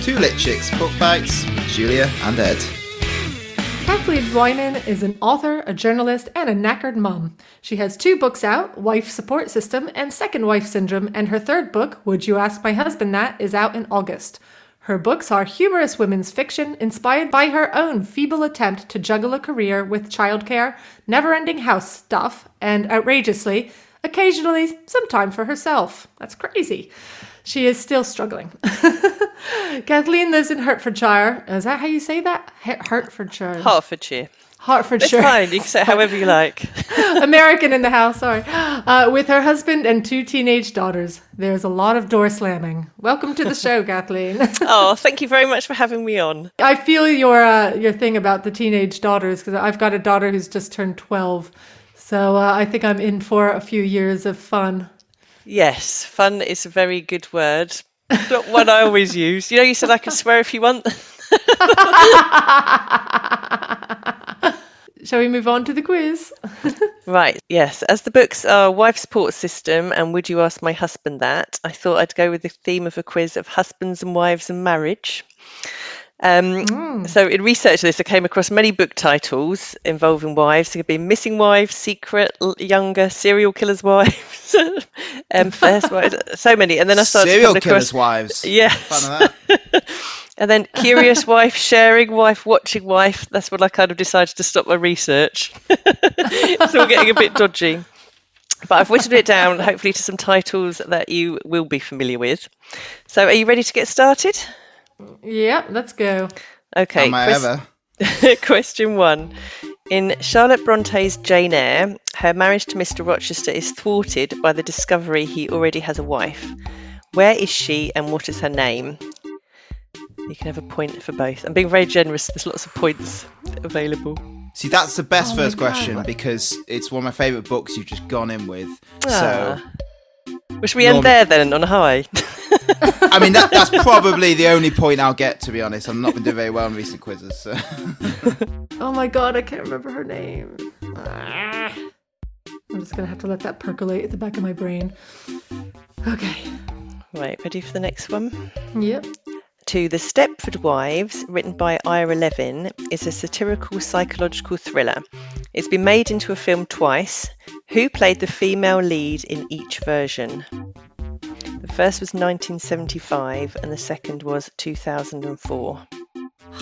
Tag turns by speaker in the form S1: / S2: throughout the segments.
S1: Two Lit Chicks Book Bites with Julia and Ed.
S2: Kathleen Royman is an author, a journalist, and a knackered mum. She has two books out Wife Support System and Second Wife Syndrome, and her third book, Would You Ask My Husband That, is out in August. Her books are humorous women's fiction inspired by her own feeble attempt to juggle a career with childcare, never ending house stuff, and outrageously, occasionally some time for herself. That's crazy. She is still struggling. Kathleen lives in Hertfordshire. Is that how you say that? Her- Hertfordshire.
S3: Hertfordshire. It's
S2: Hertfordshire.
S3: fine. You can say it however you like.
S2: American in the house, sorry. Uh, with her husband and two teenage daughters. There's a lot of door slamming. Welcome to the show, Kathleen.
S3: Oh, thank you very much for having me on.
S2: I feel your uh, your thing about the teenage daughters because I've got a daughter who's just turned 12. So uh, I think I'm in for a few years of fun.
S3: Yes, fun is a very good word. Not one I always use. You know, you said I can swear if you want.
S2: Shall we move on to the quiz?
S3: Right, yes. As the books are Wife Support System and Would You Ask My Husband That, I thought I'd go with the theme of a quiz of husbands and wives and marriage. Um,
S1: Hmm.
S3: So, in research this, I came across many book titles involving wives. There could be Missing Wives, Secret, L- Younger, Serial Killers' Wives, um, First Wives, so many. And then I started
S1: Serial
S3: coming
S1: killers'
S3: across,
S1: wives.
S3: Yes.
S1: Fun of that.
S3: And then Curious Wife, Sharing Wife, Watching Wife. That's when I kind of decided to stop my research. it's all getting a bit dodgy. But I've whittled it down, hopefully, to some titles that you will be familiar with. So, are you ready to get started?
S2: Yep, let's go.
S3: Okay.
S1: Am I
S3: quest-
S1: ever?
S3: Question one. In Charlotte Bronte's Jane Eyre, her marriage to Mr. Rochester is thwarted by the discovery he already has a wife. Where is she and what is her name? You can have a point for both. I'm being very generous, there's lots of points available.
S1: See, that's the best
S2: Oh my
S1: first question
S2: God.
S1: because it's one of my favourite books you've just gone in with. So,
S3: Ah. Well, should we end
S1: Norm-
S3: there then on a high?
S1: I mean, that, that's probably the only point I'll get, to be honest. I've not been doing very well in recent quizzes. So.
S2: Oh my god, I can't remember her name. Ah. I'm just gonna have to let that percolate at the back of my brain. Okay.
S3: right, ready for the next one?
S2: Yep.
S3: To the Stepford Wives, written by Ira Levin, is a satirical psychological thriller. It's been made into a film twice. Who played the female lead in each version? The first was 1975 and the second was 2004.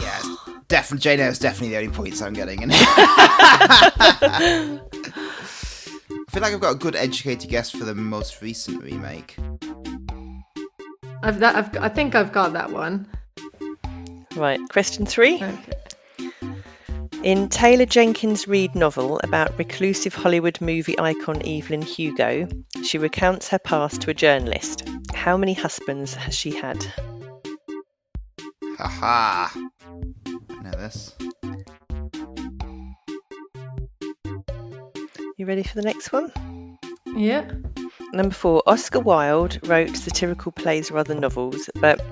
S1: Yes. Definitely, Jane Eyre is definitely the only points I'm getting. And I feel like I've got a good educated guess for the most recent remake.
S2: I've that I've I think I've got that one.
S3: Right, question three.
S2: Okay.
S3: In Taylor Jenkins' Reid novel about reclusive Hollywood movie icon Evelyn Hugo, she recounts her past to a journalist. How many husbands has she had?
S1: Haha. I know this.
S3: You ready for the next one?
S2: Yeah.
S3: Number four, Oscar Wilde wrote satirical plays or other novels, but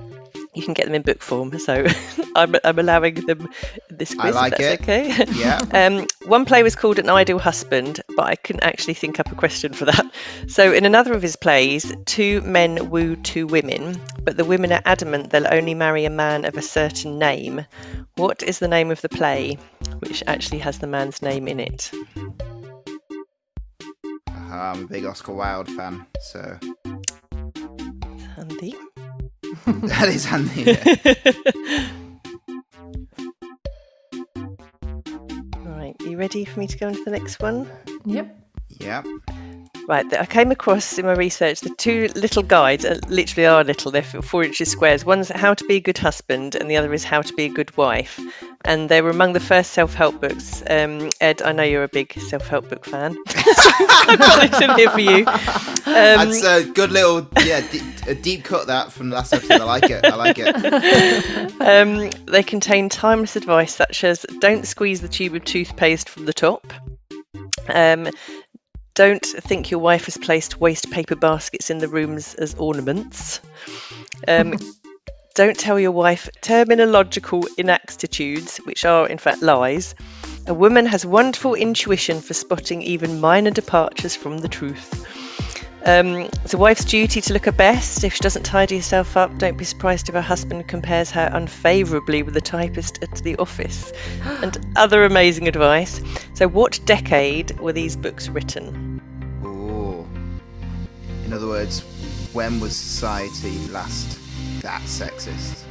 S3: you can get them in book form, so I'm, I'm allowing them this
S1: I
S3: quiz. if
S1: like
S3: that's
S1: it.
S3: Okay.
S1: Yeah.
S3: Um, one play was called An Ideal Husband, but I couldn't actually think up a question for that. So, in another of his plays, two men woo two women, but the women are adamant they'll only marry a man of a certain name. What is the name of the play, which actually has the man's name in it?
S1: Haha, I'm a big Oscar Wilde fan, so
S3: Andy?
S1: that is handy. yeah.
S3: Right, you ready for me to go into the next one?
S2: Yep.
S1: Yep.
S3: Um, Right, th- I came across in my research the two little guides, uh, literally are little, they're f- four inches squares. One's How to Be a Good Husband, and the other is How to Be a Good Wife. And they were among the first self help books. Um, Ed, I know you're a big self help book fan. I've got this in here for you. Um,
S1: That's a good little, yeah, de- a deep cut that from the last episode. I like it. I like it.
S3: Um, they contain timeless advice such as don't squeeze the tube of toothpaste from the top. Um, don't think your wife has placed waste paper baskets in the rooms as ornaments. Um, don't tell your wife terminological inexactitudes, which are in fact lies. A woman has wonderful intuition for spotting even minor departures from the truth. Um, it's a wife's duty to look her best. If she doesn't tidy herself up, don't be surprised if her husband compares her unfavourably with the typist at the office. and other amazing advice. So, what decade were these books written?
S1: Ooh. In other words, when was society last that sexist?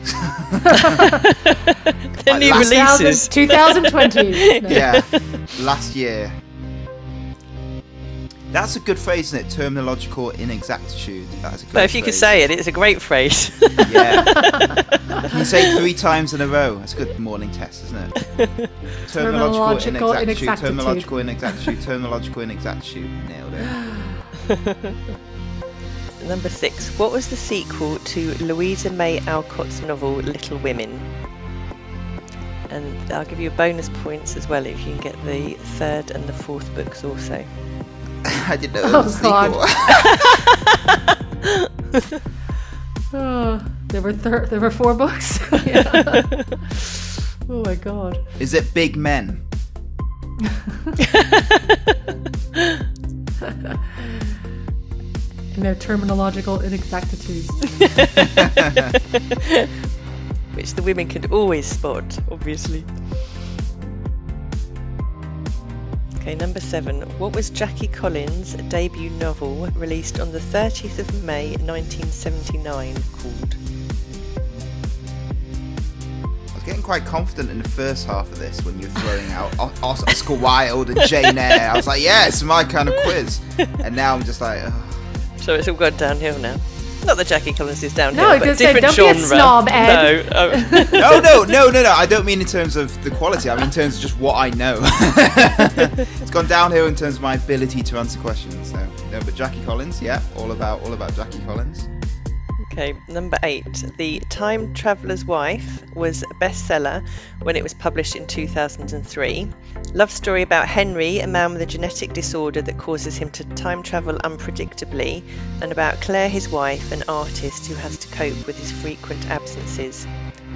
S3: Their new
S1: last-
S3: releases.
S2: 2020. No.
S1: yeah, last year. That's a good phrase, isn't it? Terminological inexactitude. That's a good
S3: But if you could
S1: phrase.
S3: say it, it's a great phrase.
S1: Yeah. Can you say three times in a row? That's a good morning test, isn't it?
S2: Terminological inexactitude.
S1: Terminological inexactitude. Terminological inexactitude. Nailed it.
S3: Number six. What was the sequel to Louisa May Alcott's novel Little Women? And I'll give you bonus points as well if you can get the third and the fourth books also.
S1: I didn't know there was a
S2: Oh, God.
S1: sequel.
S2: Oh, there were thir- there were four books. Yeah. oh my god.
S1: Is it Big Men?
S2: And their terminological inexactitudes.
S3: Which the women can always spot, obviously. Okay, number seven. What was Jackie Collins' debut novel released on the 30th of May 1979 called?
S1: I was getting quite confident in the first half of this when you were throwing out O- Os- Oscar Wilde and Jane Eyre. I was like, yeah, it's my kind of quiz. And now I'm just like, oh,
S3: So it's all gone downhill now. Not that Jackie Collins is downhill,
S2: No, I was
S3: but
S2: gonna say,
S3: different
S2: don't
S3: genre.
S2: be a snob, Ed.
S3: No, oh.
S1: no, no, no, no, no. I don't mean in terms of the quality. I mean in terms of just what I know. it's gone downhill in terms of my ability to answer questions. So, no, but Jackie Collins, yeah, all about all about Jackie Collins.
S3: okay. Number eight, The Time Traveler's Wife was a bestseller when it was published in 2003. Love story about Henry, a man with a genetic disorder that causes him to time travel unpredictably, and about Claire, his wife, an artist who has to cope with his frequent absences.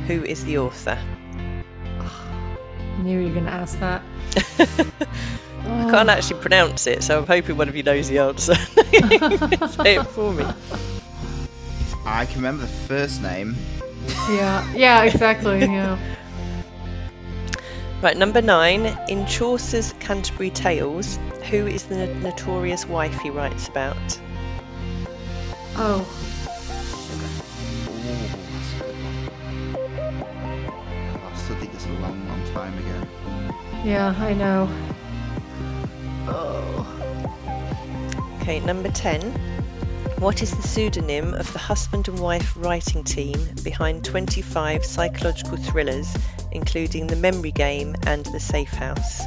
S3: Who is the author?
S2: I knew you were gonna ask that. Oh,
S3: I can't actually pronounce it, so I'm hoping one of you knows the answer. Say it for me.
S1: I can remember the first name.
S2: Yeah. Yeah. Exactly. Yeah.
S3: Right, number nine. In Chaucer's Canterbury Tales, who is the notorious wife he writes about?
S2: Oh.
S1: Ooh, that's a good one. I still think it's a long, long time ago.
S2: Yeah. I know. Oh.
S3: Okay, number ten. What is the pseudonym of the husband and wife writing team behind 25 psychological thrillers, including The Memory Game and The Safe House?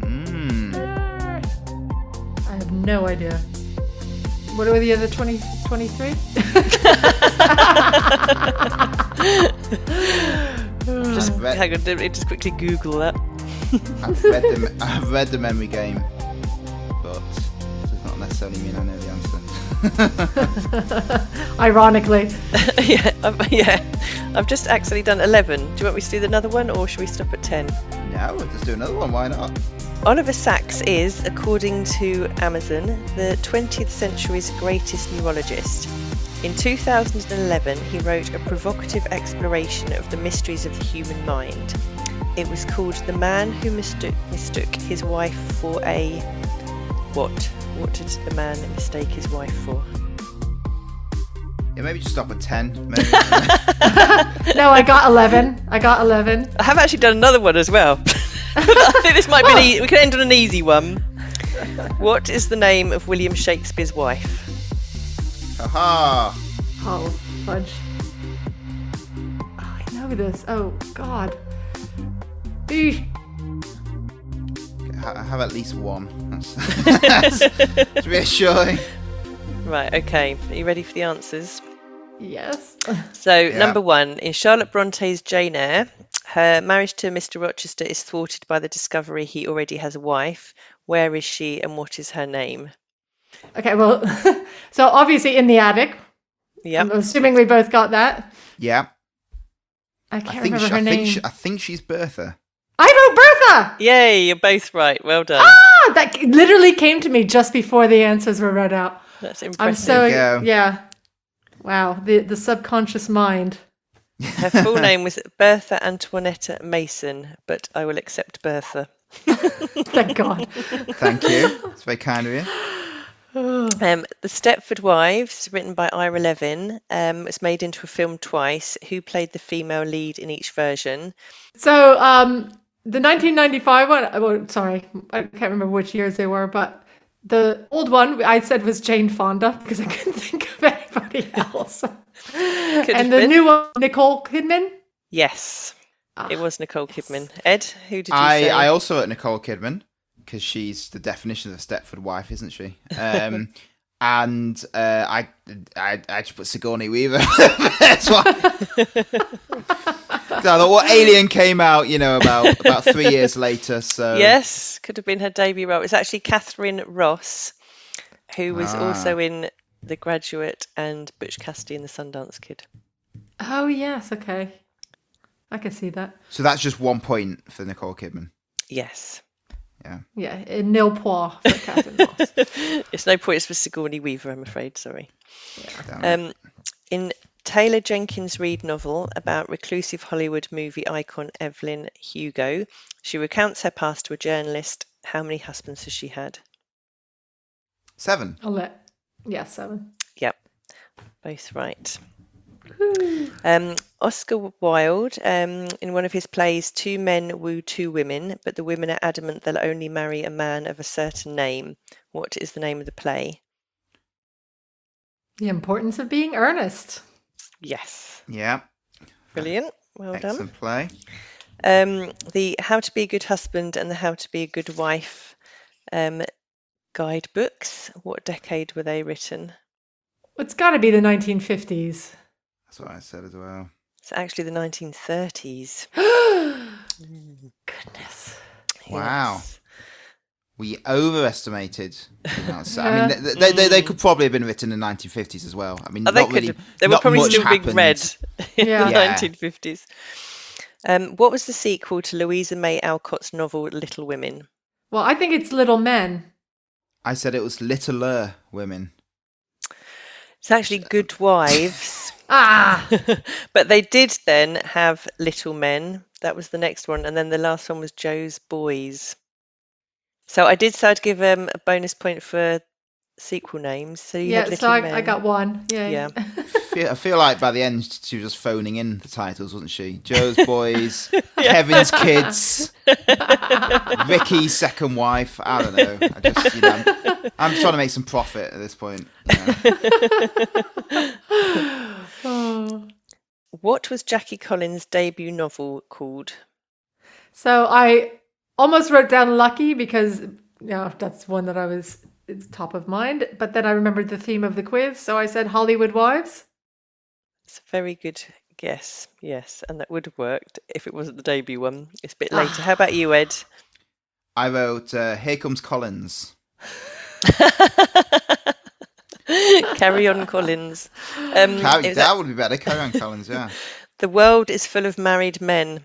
S1: Mm.
S2: I have no idea. What were the other 20, 23?
S3: Just,
S1: I've read-
S3: hang on, let me just quickly Google that.
S1: I've read the I've read the memory game, but does not necessarily mean I know the answer.
S2: Ironically.
S3: yeah, I've, yeah. I've just actually done 11. Do you want me to do another one or should we stop at 10?
S1: no, we'll just do another one. Why not?
S3: Oliver Sacks is, according to Amazon, the 20th century's greatest neurologist. In 2011, he wrote a provocative exploration of the mysteries of the human mind. It was called The Man Who Mistook, mistook His Wife for a. What? What did the man mistake his wife for?
S1: Yeah, maybe just stop at ten. Maybe.
S2: No, I got 11. I got 11.
S3: I have actually done another one as well. I think this might be. An e- we can end on an easy one. What is the name of William Shakespeare's wife?
S1: Haha!
S2: Oh, fudge. Oh, I know this. Oh, God. Eesh.
S1: Ha- I have at least one. That's, that's, that's reassuring.
S3: Right. Okay. Are you ready for the answers?
S2: Yes.
S3: So, number one, in Charlotte Bronte's Jane Eyre, her marriage to Mr. Rochester is thwarted by the discovery he already has a wife. Where is she, and what is her name?
S2: Okay, well, so obviously in the attic. I'm
S3: Yeah.
S2: assuming we both got that.
S1: Yeah,
S2: I can't
S1: I think
S2: remember
S1: she,
S2: her
S1: I
S2: name.
S1: think she, I think she's Bertha.
S2: I wrote Bertha!
S3: Yay! You're both right. Well done.
S2: Ah, that literally came to me just before the answers were read out.
S3: That's
S2: I'm
S3: impressive.
S2: so
S1: you go.
S2: yeah. Wow, the the subconscious mind.
S3: Her full name was Bertha Antoinetta Mason, but I will accept Bertha.
S2: Thank God.
S1: Thank you. It's very kind of you.
S3: Um, the Stepford Wives, written by Ira Levin, um, was made into a film twice. Who played the female lead in each version?
S2: So, um, the 1995 one, oh, sorry, I can't remember which years they were, but the old one I said was Jane Fonda because I couldn't think of anybody else.
S3: have
S2: and the
S3: been.
S2: new one, Nicole Kidman.
S3: Yes, it was Nicole Kidman. Ed, who did you
S1: I,
S3: say?
S1: I also wrote Nicole Kidman because she's the definition of a Stepford wife, isn't she? Um, and uh, I, I I just put Sigourney Weaver. That's why. 'Cause I thought, what Alien came out, you know, about about three years later. So
S3: Yes, could have been her debut role. It's actually Catherine Ross, who was
S1: Ah.
S3: also in The Graduate and Butch Cassidy and the Sundance Kid.
S2: Oh, yes, okay. I can see that.
S1: so that's just one point for Nicole Kidman.
S3: Yes.
S2: Yeah, and nil pois for Catherine Ross.
S3: It's no points for Sigourney Weaver, I'm afraid. Sorry.
S1: Damn it.
S3: Um, in Taylor Jenkins Reid novel about reclusive Hollywood movie icon Evelyn Hugo, she recounts her past to a journalist. How many husbands has she had?
S1: Seven.
S2: I'll let, yeah, seven.
S3: Yep, both right. Um, Oscar Wilde, um, in one of his plays, two men woo two women, but the women are adamant they'll only marry a man of a certain name. What is the name of the play?
S2: The importance of being earnest.
S3: Yes,
S1: Yeah.
S3: brilliant. Well done.
S1: Excellent play.
S3: um, the How to Be a Good Husband and the How to Be a Good Wife um, guidebooks. What decade were they written?
S2: It's got to be the 1950s.
S1: That's what I said as well.
S3: It's actually the 1930s.
S2: Goodness.
S1: Wow.
S3: Yes.
S1: We overestimated. the amount of- I mean, they, they, they, they could probably have been written in 1950s as well. I mean,
S3: Oh, they
S1: not
S3: could
S1: really.
S3: have, they were
S1: not
S3: probably
S1: much
S3: still being
S1: happened.
S3: read in
S2: Yeah.
S3: the
S1: Yeah.
S3: 1950s. Um, what was the sequel to Louisa May Alcott's novel Little Women?
S2: Well, I think it's Little Men.
S1: I said it was littler women.
S3: It's actually Good Wives,
S2: Ah,
S3: but they did then have Little Men. That was the next one, and then the last one was Joe's Boys. So I did say I'd give um, a bonus point for sequel names. So you
S2: yeah.
S3: had
S2: So
S3: Little Men.
S2: I, I got one. Yay.
S3: Yeah.
S1: Feel, I feel like by the end she was just phoning in the titles, wasn't she? Joe's boys, Kevin's kids, Ricky's second wife. I don't know. I just, you know, I'm, I'm trying to make some profit at this point. Yeah.
S2: Oh.
S3: What was Jackie Collins' debut novel called?
S2: So I almost wrote down Lucky because yeah, that's one that I was it's top of mind. But then I remembered the theme of the quiz, so I said Hollywood Wives.
S3: It's a very good guess. Yes, and that would have worked if it wasn't the debut one. It's a bit later. How about you, Ed?
S1: I wrote uh, "Here Comes Collins."
S3: Carry on, Collins. Um,
S1: Car-
S3: it was
S1: that would be better. Carry on, Collins. Yeah.
S3: The World is Full of Married Men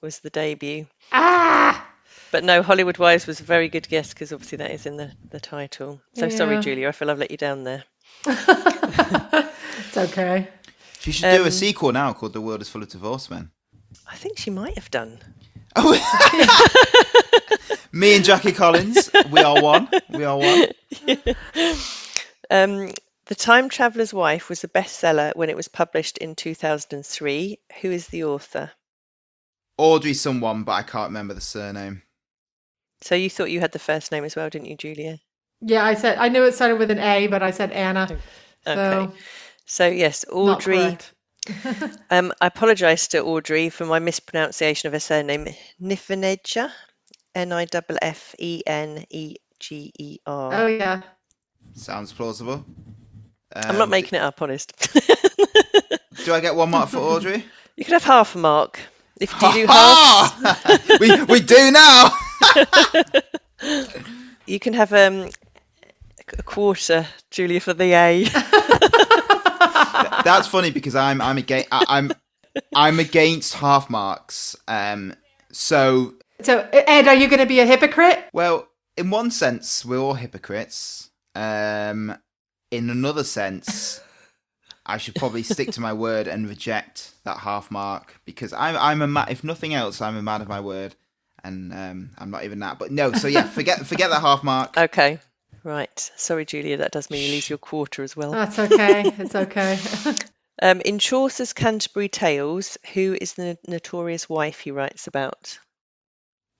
S3: was the debut.
S2: Ah,
S3: But no, Hollywood Wives was a very good guess because obviously that is in the, the title. So sorry,
S2: Yeah.
S3: Julia, I feel I've let you down there.
S2: it's okay.
S1: She should
S3: Um,
S1: do a sequel now called "The World Is Full of Divorced Men."
S3: I think she might have done.
S1: Oh, me and Jackie Collins, we are one. We are one.
S3: Um, the Time Traveller's Wife was a bestseller when it was published in 2003. Who is the author?
S1: Audrey, someone, but I can't remember the surname.
S3: So you thought you had the first name as well, didn't you, Julia?
S2: Yeah, I said I knew it started with an A, but I said Anna. So
S3: Okay. So yes,
S2: not
S3: Audrey.
S2: correct.
S3: Um, I apologise to Audrey for my mispronunciation of her surname, Nifeneger, N I F F E N E G E
S2: Oh
S3: R.
S2: yeah.
S1: Sounds plausible. Um,
S3: I'm not making it up, honest.
S1: Do I get one mark for Audrey?
S3: you could have half a mark. If you do half,
S1: Ha! we we do now.
S3: you can have um, a quarter, Julia, for the A.
S1: That's funny because I'm I'm against I'm I'm against half marks. Um, so
S2: So Ed, are you going to be a hypocrite?
S1: well, in one sense, we're all hypocrites. Um, in another sense, I should probably stick to my word and reject that half mark because I'm I'm a ma- if nothing else, I'm a man of my word, and um, I'm not even that. But no, so yeah, forget forget that half mark.
S3: Okay. Right. Sorry, Julia. That does mean you lose your quarter as well.
S2: That's okay. It's okay.
S3: Um, in Chaucer's Canterbury Tales, who is the notorious wife he writes about?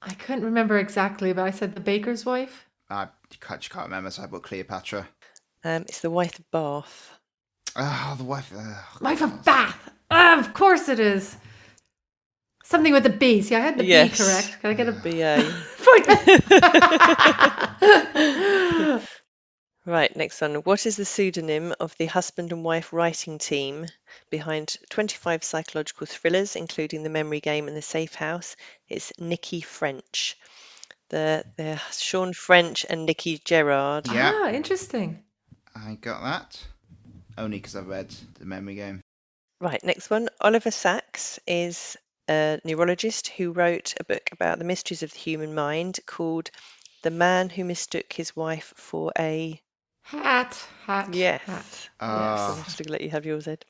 S2: I couldn't remember exactly, but I said the baker's wife.
S1: I can't, just can't remember, so I put Cleopatra.
S3: Um, it's the wife of Bath.
S1: Oh, the wife. ugh.
S2: Wife of Bath. Ah, of course it is. Something with a B. See, I had the
S3: Yes.
S2: B correct. Can I get a B?
S3: BA.
S2: Point.
S3: right. Next one. What is the pseudonym of the husband and wife writing team behind 25 psychological thrillers, including The Memory Game and The Safe House? It's Nikki French. The, the Sean French and Nikki Gerard.
S1: Yeah.
S2: Ah, interesting.
S1: I got that. Only because I read the memory game.
S3: Right, next one. Oliver Sacks is a neurologist who wrote a book about the mysteries of the human mind called The Man Who Mistook His Wife for a.
S2: Hat, hat,
S3: Yes.
S2: hat.
S1: Ah.
S3: Yes, I'm just going to let you have yours, Ed.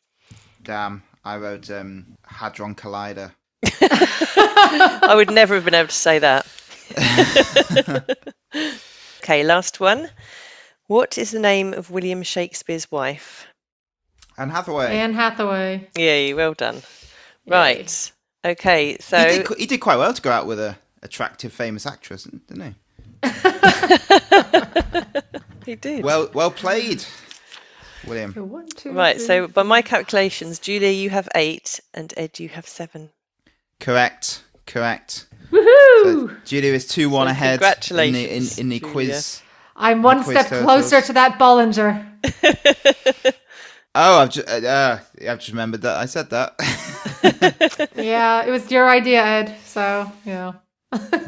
S1: Damn, I wrote um, Hadron Collider.
S3: I would never have been able to say that. okay, last one. What is the name of William Shakespeare's wife?
S1: Anne Hathaway.
S2: Anne Hathaway.
S3: Yay, well done. Right. Okay, so.
S1: he, did, qu- he did quite well to go out with a attractive, famous actress, didn't he?
S3: He did.
S1: Well, well played, William.
S2: One, two,
S3: Right,
S2: three,
S3: so by my calculations, Julia, you have eight, and Ed, you have seven.
S1: Correct, correct. Uh,
S2: Woohoo!
S1: Julia is two one
S3: So
S1: ahead.
S3: congratulations,
S1: in the, in, in the
S3: Julia.
S1: quiz.
S2: I'm one
S1: Quiz
S2: step
S1: totals.
S2: closer to that Bollinger.
S1: Oh, I've just, uh, uh, I've just remembered that I said that.
S2: yeah, it was your idea, Ed. So, you know.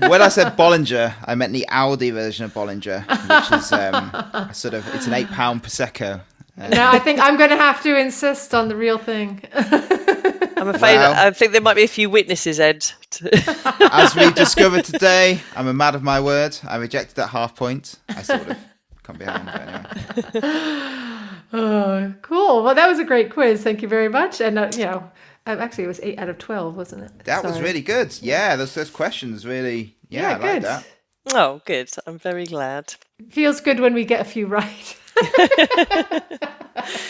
S1: when I said Bollinger, I meant the Aldi version of Bollinger, which is um, a sort of it's an eight pound prosecco. Uh,
S2: Now I think I'm going to have to insist on the real thing.
S3: I'm afraid
S1: Wow.
S3: I think there might be a few witnesses, Ed. to-
S1: As we discovered today, I'm a man of my word. I rejected that half point. I sort of can't be having it anyway.
S2: Oh, cool. Well, that was a great quiz. Thank you very much. And, uh, you know, um, actually, it was eight out of 12, wasn't it?
S1: That was
S2: Sorry.
S1: really good. Yeah, those those questions really. Yeah, I like
S2: good.
S1: that.
S3: oh, good. I'm very glad.
S2: Feels good when we get a few right.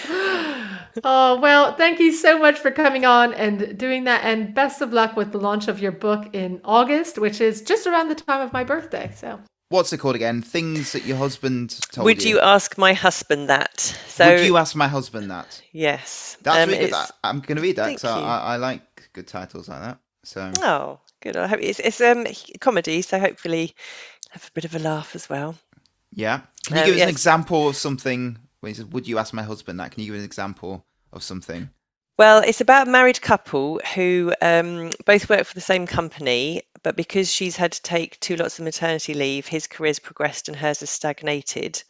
S2: oh, well, thank you so much for coming on and doing that. And best of luck with the launch of your book in August, which is just around the time of my birthday. So,
S1: What's it called again? Things that your husband told
S3: Would you ask my husband that? So
S1: Would you ask my husband that?
S3: yes,
S1: That's
S3: um,
S1: really good. I,
S3: it's-
S1: I'm going to read that
S3: Thank
S1: because I,
S3: you.
S1: I, I like good titles like that. So
S3: Oh, good. I hope it's, it's um comedy, so hopefully have a bit of a laugh as well.
S1: yeah, can you
S3: Um,
S1: give us
S3: yes.
S1: an example of something? When he says, "Would you ask my husband that?" Can you give an example of something?
S3: Well, it's about a married couple who um, both work for the same company, but because she's had to take two lots of maternity leave, his career's progressed and hers has stagnated.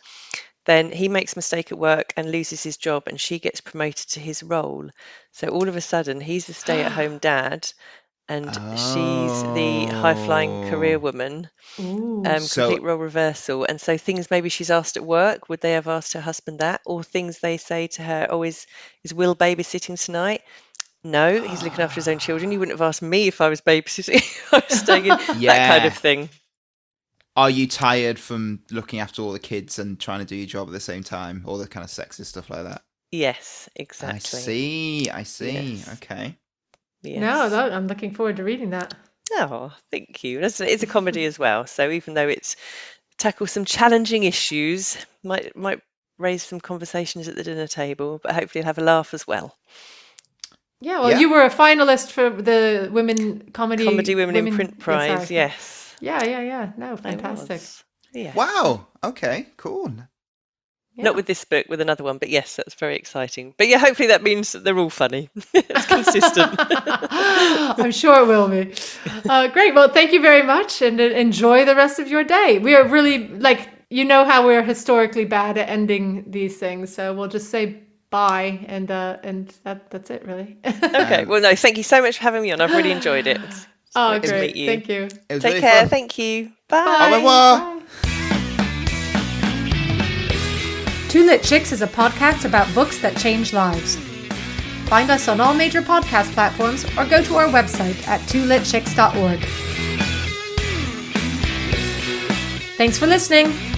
S3: Then he makes a mistake at work and loses his job, and she gets promoted to his role. So all of a sudden, he's the stay at home dad, and she's the high flying
S1: Oh.
S3: career woman.
S2: Ooh.
S3: Um,
S1: So-
S3: complete role reversal. And so things maybe she's asked at work, would they have asked her husband that? Or things they say to her, oh, is, is Will babysitting tonight? No, he's looking after his own children. You wouldn't have asked me if I was babysitting. I was staying in, that kind
S1: Yeah.
S3: of thing.
S1: Are you tired from looking after all the kids and trying to do your job at the same time? All the kind of sexist stuff like that.
S3: Yes, exactly.
S1: I see. I see.
S3: Yes.
S1: Okay.
S3: Yes.
S2: No, no, I'm looking forward to reading that.
S3: Oh, thank you. It's, it's a comedy as well. So even though it's tackles some challenging issues, might might raise some conversations at the dinner table, but hopefully you'll have a laugh as well.
S2: Yeah, well,
S1: Yeah.
S2: you were a finalist for the Women Comedy
S3: Comedy Women, in Print
S2: yeah,
S3: Prize,
S2: sorry.
S3: yes.
S2: Yeah, yeah, yeah. No,
S3: I
S2: fantastic.
S3: was. Yes.
S1: Wow. Okay. Cool.
S2: Yeah.
S3: Not with this book, with another one, but yes, that's very exciting. But yeah, hopefully that means that they're all funny. it's consistent.
S2: I'm sure it will be. Uh, great. Well, thank you very much and uh, enjoy the rest of your day. We are really, like, you know how we're historically bad at ending these things. So we'll just say bye and uh, and that, that's it, really.
S3: okay. Well, no, thank you so much for having me on. I've really enjoyed it. It's
S2: oh,
S3: great to
S2: great.
S3: meet you.
S2: Thank you.
S1: It was
S3: Take
S1: really
S3: care.
S1: fun.
S3: Thank you.
S1: Au
S3: Bye.
S1: revoir.
S2: Bye. Two Lit Chicks is a podcast about books that change lives. Find us on all major podcast platforms or go to our website at twolitchicks.org. Thanks for listening.